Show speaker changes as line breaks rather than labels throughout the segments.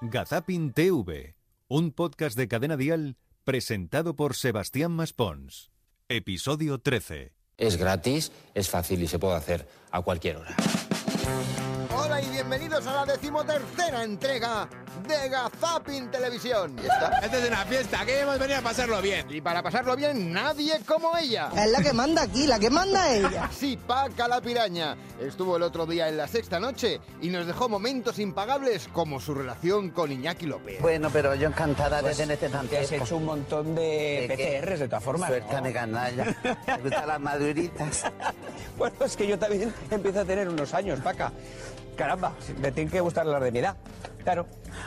Gazapin TV, un podcast de cadena dial presentado por Sebastián Maspons. Episodio 13.
Es gratis, es fácil y se puede hacer a cualquier hora.
Hola y bienvenidos a la decimotercera entrega de Gazapin Televisión. ¿Y está?
Esta es una fiesta, aquí hemos venido a pasarlo bien.
Y para pasarlo bien, nadie como ella.
Es la que manda aquí, la que manda ella.
Sí, Paca la piraña. Estuvo el otro día en la sexta noche y nos dejó momentos impagables como su relación con Iñaki López.
Bueno, pero yo encantada de este tenerte tan
Te Pues, has
cerca.
hecho un montón de,
¿De qué?
PCRs de todas formas.
Suéltame,
¿no?
canalla. Me gustan las maduritas.
Bueno, es que yo también empiezo a tener unos años, Paca. Caramba, me tienen que gustar las de mi edad. Claro.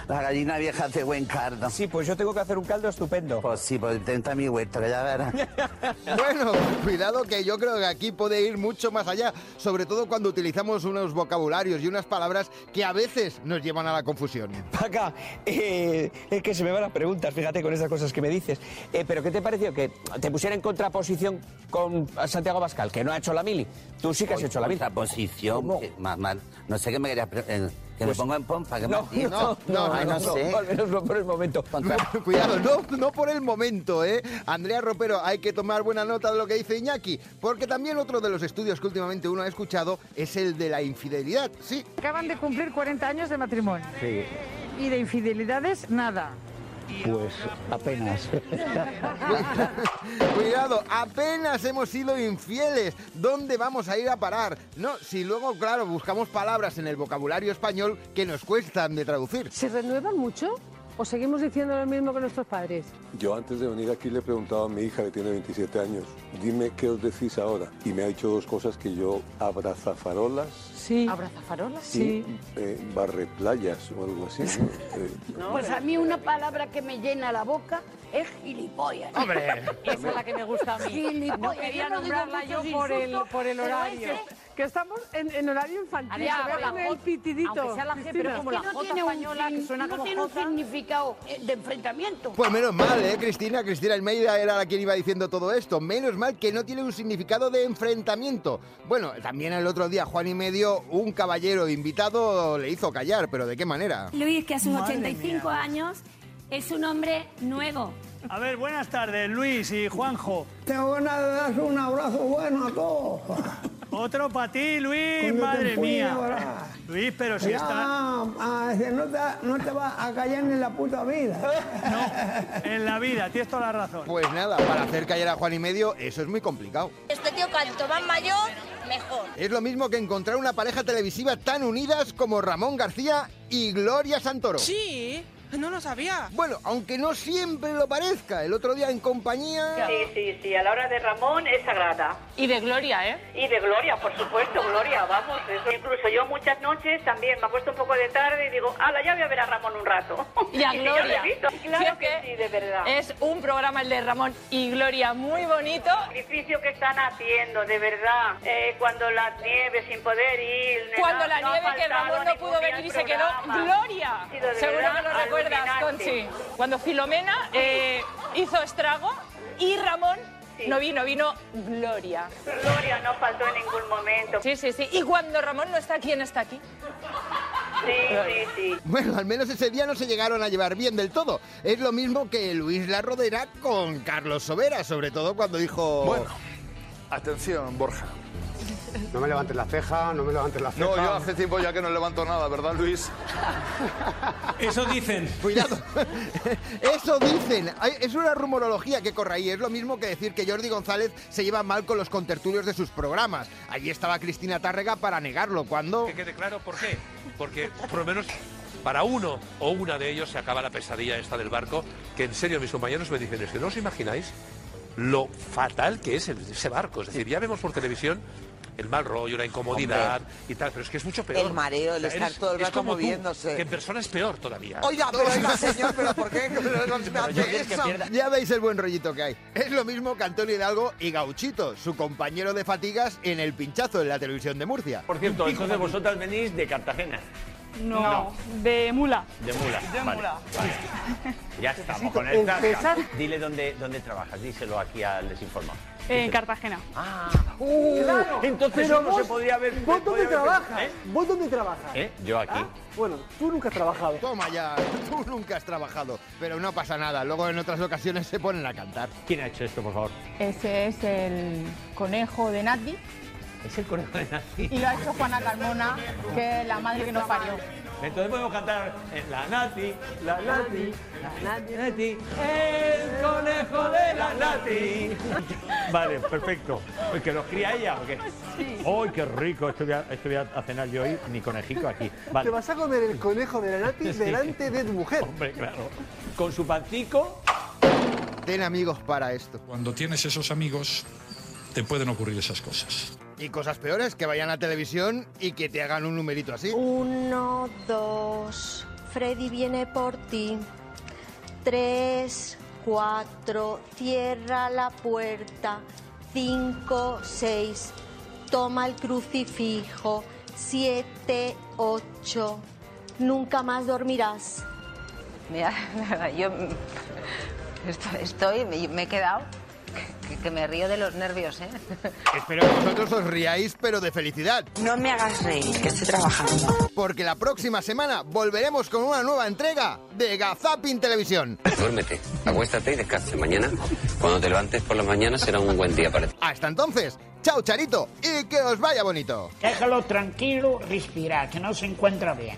La gallina vieja hace buen cardo.
Sí, pues yo tengo que hacer un caldo estupendo.
Pues sí, pues intenta mi huerto, que ya verás.
Bueno, cuidado que yo creo que aquí puede ir mucho más allá, sobre todo cuando utilizamos unos vocabularios y unas palabras que a veces nos llevan a la confusión.
Paca, eh, es que se me van las preguntas, fíjate con esas cosas que me dices. Eh, pero ¿qué te pareció? Que te pusiera en contraposición con Santiago Pascal, que no ha hecho la mili. Tú sí que has hecho la mili.
Esta posición,
¿Cómo?
Pues que- más mal. No sé qué me querías. pre- eh, que
Pues-
me pongo en pompa, que
No,
me
no, no,
Ay, no, sé.
al menos no por el momento.
Pero Cuidado, no, no por el momento, ¿eh? Andrea Ropero, hay que tomar buena nota de lo que dice Iñaki, porque también otro de los estudios que últimamente uno ha escuchado es el de la infidelidad, sí.
Acaban de cumplir 40 años de matrimonio.
Sí,
Y de infidelidades, nada.
pues apenas.
Cuidado, apenas hemos sido infieles. ¿Dónde vamos a ir a parar? No, si luego, claro, buscamos palabras en el vocabulario español que nos cuestan de traducir.
¿Se renuevan mucho? ¿O seguimos diciendo lo mismo que nuestros padres?
Yo antes de venir aquí le preguntaba a mi hija que tiene 27 años, dime qué os decís ahora. Y me ha dicho dos cosas que yo abrazafarolas
Sí.
¿Abraza farolas?
Sí.
y eh, barreplayas o algo así. ¿no? Eh,
Pues a mí una palabra que me llena la boca es gilipollas.
Hombre,
Esa es la que me gusta a
Gilipollas.
No quería
Yo no digo
nombrarla yo
muchos
por el,
insultos,
por el
pero
horario.
ese-
Que estamos en, en horario infantil.
Ya,
Voy a
con la
poner el
J,
pitidito.
aunque sea la G,
Cristina.
pero como
que
la
no
J
tiene, un,
española, que
sin-
suena
no
como
tiene un
J.
significado eh, de enfrentamiento.
Pues menos mal, ¿eh, Cristina? Cristina Almeida era la quien iba diciendo todo esto. Menos mal que no tiene un significado de enfrentamiento. Bueno, también el otro día Juan y medio, un caballero invitado, le hizo callar, pero ¿de qué manera?
Luis, que hace 85 años es un hombre nuevo.
A ver, buenas tardes, Luis y Juanjo.
Tengo ganas de darse un abrazo bueno a todos.
Otro para ti, Luis,
Coño,
madre
te fui,
mía.
ahora.
Luis, pero si está
Ah, no, te, no te vas a callar ni la puta vida.
en la vida, tienes toda la razón.
Pues nada, para hacer callar a Juan y medio, eso es muy complicado.
Este tío, cuanto más mayor, mejor.
Es lo mismo que encontrar una pareja televisiva tan unidas como Ramón García y Gloria Santoro.
Sí, no lo sabía.
Bueno, aunque no siempre lo parezca, el otro día en compañía...
sí, sí, a la hora de Ramón es sagrada.
Y de gloria, ¿eh?
Y de Gloria, por supuesto, Gloria, vamos. eso. Incluso yo muchas noches también me acuesto un poco de tarde y digo, ala, ya voy a ver a Ramón un rato.
Y a
yo
Gloria.
repito,
Si es
Claro que
que
sí, de verdad.
Es un programa el de Ramón y Gloria muy bonito.
El sacrificio que están haciendo, de verdad. Eh, cuando la nieve sin poder ir. nena,
Cuando la
no ha
nieve que
faltado
Ramón no
ningún
pudo
día
venir y
al
se quedó
programa.
Gloria.
Ha sido de
Seguro que
verdad
lo recuerdas,
alucinante.
Conchi. Cuando Filomena eh, hizo estrago y Ramón no vino, vino Gloria.
Gloria no faltó en ningún momento.
Sí, sí, sí. Y cuando Ramón no está, ¿quién está aquí?
Sí, sí, sí.
Bueno, al menos ese día no se llegaron a llevar bien del todo. Es lo mismo que Luis La Rodera con Carlos Sobera, sobre todo cuando dijo...
Atención, Borja.
No me levantes la ceja, no me levantes la ceja.
tiempo ya que no levanto nada, ¿verdad, Luis?
Eso dicen.
Cuidado. Eso dicen. Ay, Es una rumorología que corre ahí. Es lo mismo que decir que Jordi González se lleva mal con los contertulios de sus programas. Allí estaba Cristina Tárrega para negarlo cuando...
quede claro por qué. Porque por lo menos para uno o una de ellos se acaba la pesadilla esta del barco, que en serio mis compañeros me dicen, es que no os imagináis lo fatal que es el- ese barco. Es decir, ya vemos por televisión el mal rollo, la incomodidad y tal, pero es que es mucho peor.
El mareo, el estar todo el
es
rato
como tú,
moviéndose.
que en persona es peor todavía.
Oiga, pero oiga, señor, pero ¿por qué?
Ya veis el buen rollito que hay. Es lo mismo que Antonio Hidalgo y Gauchito, su compañero de fatigas en el pinchazo en la televisión de Murcia.
Por cierto, entonces vosotras venís de Cartagena,
No, de mula.
de Mula. De Mula. Ya estamos con el Dile dónde, dónde trabajas, díselo aquí al desinformado.
En Cartagena. Ah,
Claro.
entonces
Pero
eso no
vos-
se podía ver.
¿Vos dónde
podía haber-
trabajas?
¿Eh?
¿Vos dónde trabajas?
¿Eh? Yo aquí.
Bueno, tú nunca has trabajado.
Toma ya, tú nunca has trabajado, pero no pasa nada, luego en otras ocasiones se ponen a cantar.
¿Quién ha hecho esto, por favor?
Ese es el conejo de Nati
Es el conejo de Nati.
y lo ha hecho Juana Carmona, que es la madre que nos parió.
Entonces podemos cantar eh, la Nati, la Nati, la Nati, Nati.
El conejo de la Nati.
Vale, perfecto. Pues que los cría ella, ¿o qué? ¡Ay, qué rico! Esto voy, a, esto voy a cenar yo hoy, mi conejico aquí.
Te
Vale.
vas a comer el conejo de la Nati
Sí.
delante de tu mujer.
Hombre, claro. Con su pancico.
Ten amigos para esto.
Cuando tienes esos amigos, te pueden ocurrir esas cosas.
Y cosas peores, que vayan a televisión y que te hagan un numerito así.
Uno, dos. Freddy viene por ti. Tres, cuatro. Cierra la puerta. Cinco, seis. Toma el crucifijo. Siete, ocho. Nunca más dormirás.
Mira, yo estoy, estoy- me, me he quedado, que, que me río de los nervios, ¿eh?
Espero que vosotros os riáis, pero de felicidad. No me hagas reír, que estoy trabajando. Porque la próxima semana volveremos con una nueva entrega de Gazapin Televisión.
¿eh?
Duérmete, acuéstate y descansa. Mañana, cuando te levantes por las mañanas, será un buen día para ti.
Hasta entonces, chao Charito y que os vaya bonito.
Déjalo tranquilo, respira, que no se encuentra bien.